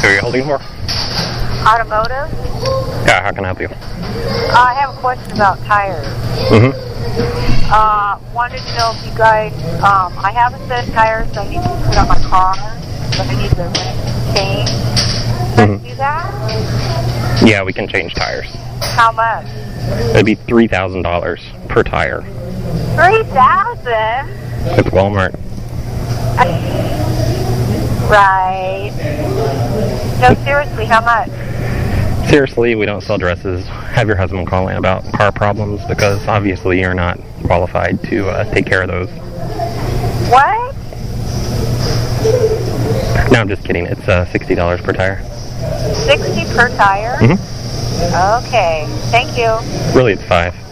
who are you holding for? Automotive? Uh, Yeah, Uh, how can I help you? I have a question about tires. Mm-hmm. Uh, wanted to know if you guys, um, I have a set of tires I need to put on my car, but I need the rim change. Can I do that? Yeah, we can change tires. How much? It'd be three thousand dollars per tire. 3000 It's Walmart. Right. No, seriously, how much? Seriously, we don't sell dresses. Have your husband call in about car problems because obviously you're not qualified to uh, take care of those. What? No, I'm just kidding. It's uh, sixty dollars per tire. 60 per tire? Mhm. Okay. Thank you. Really, it's five.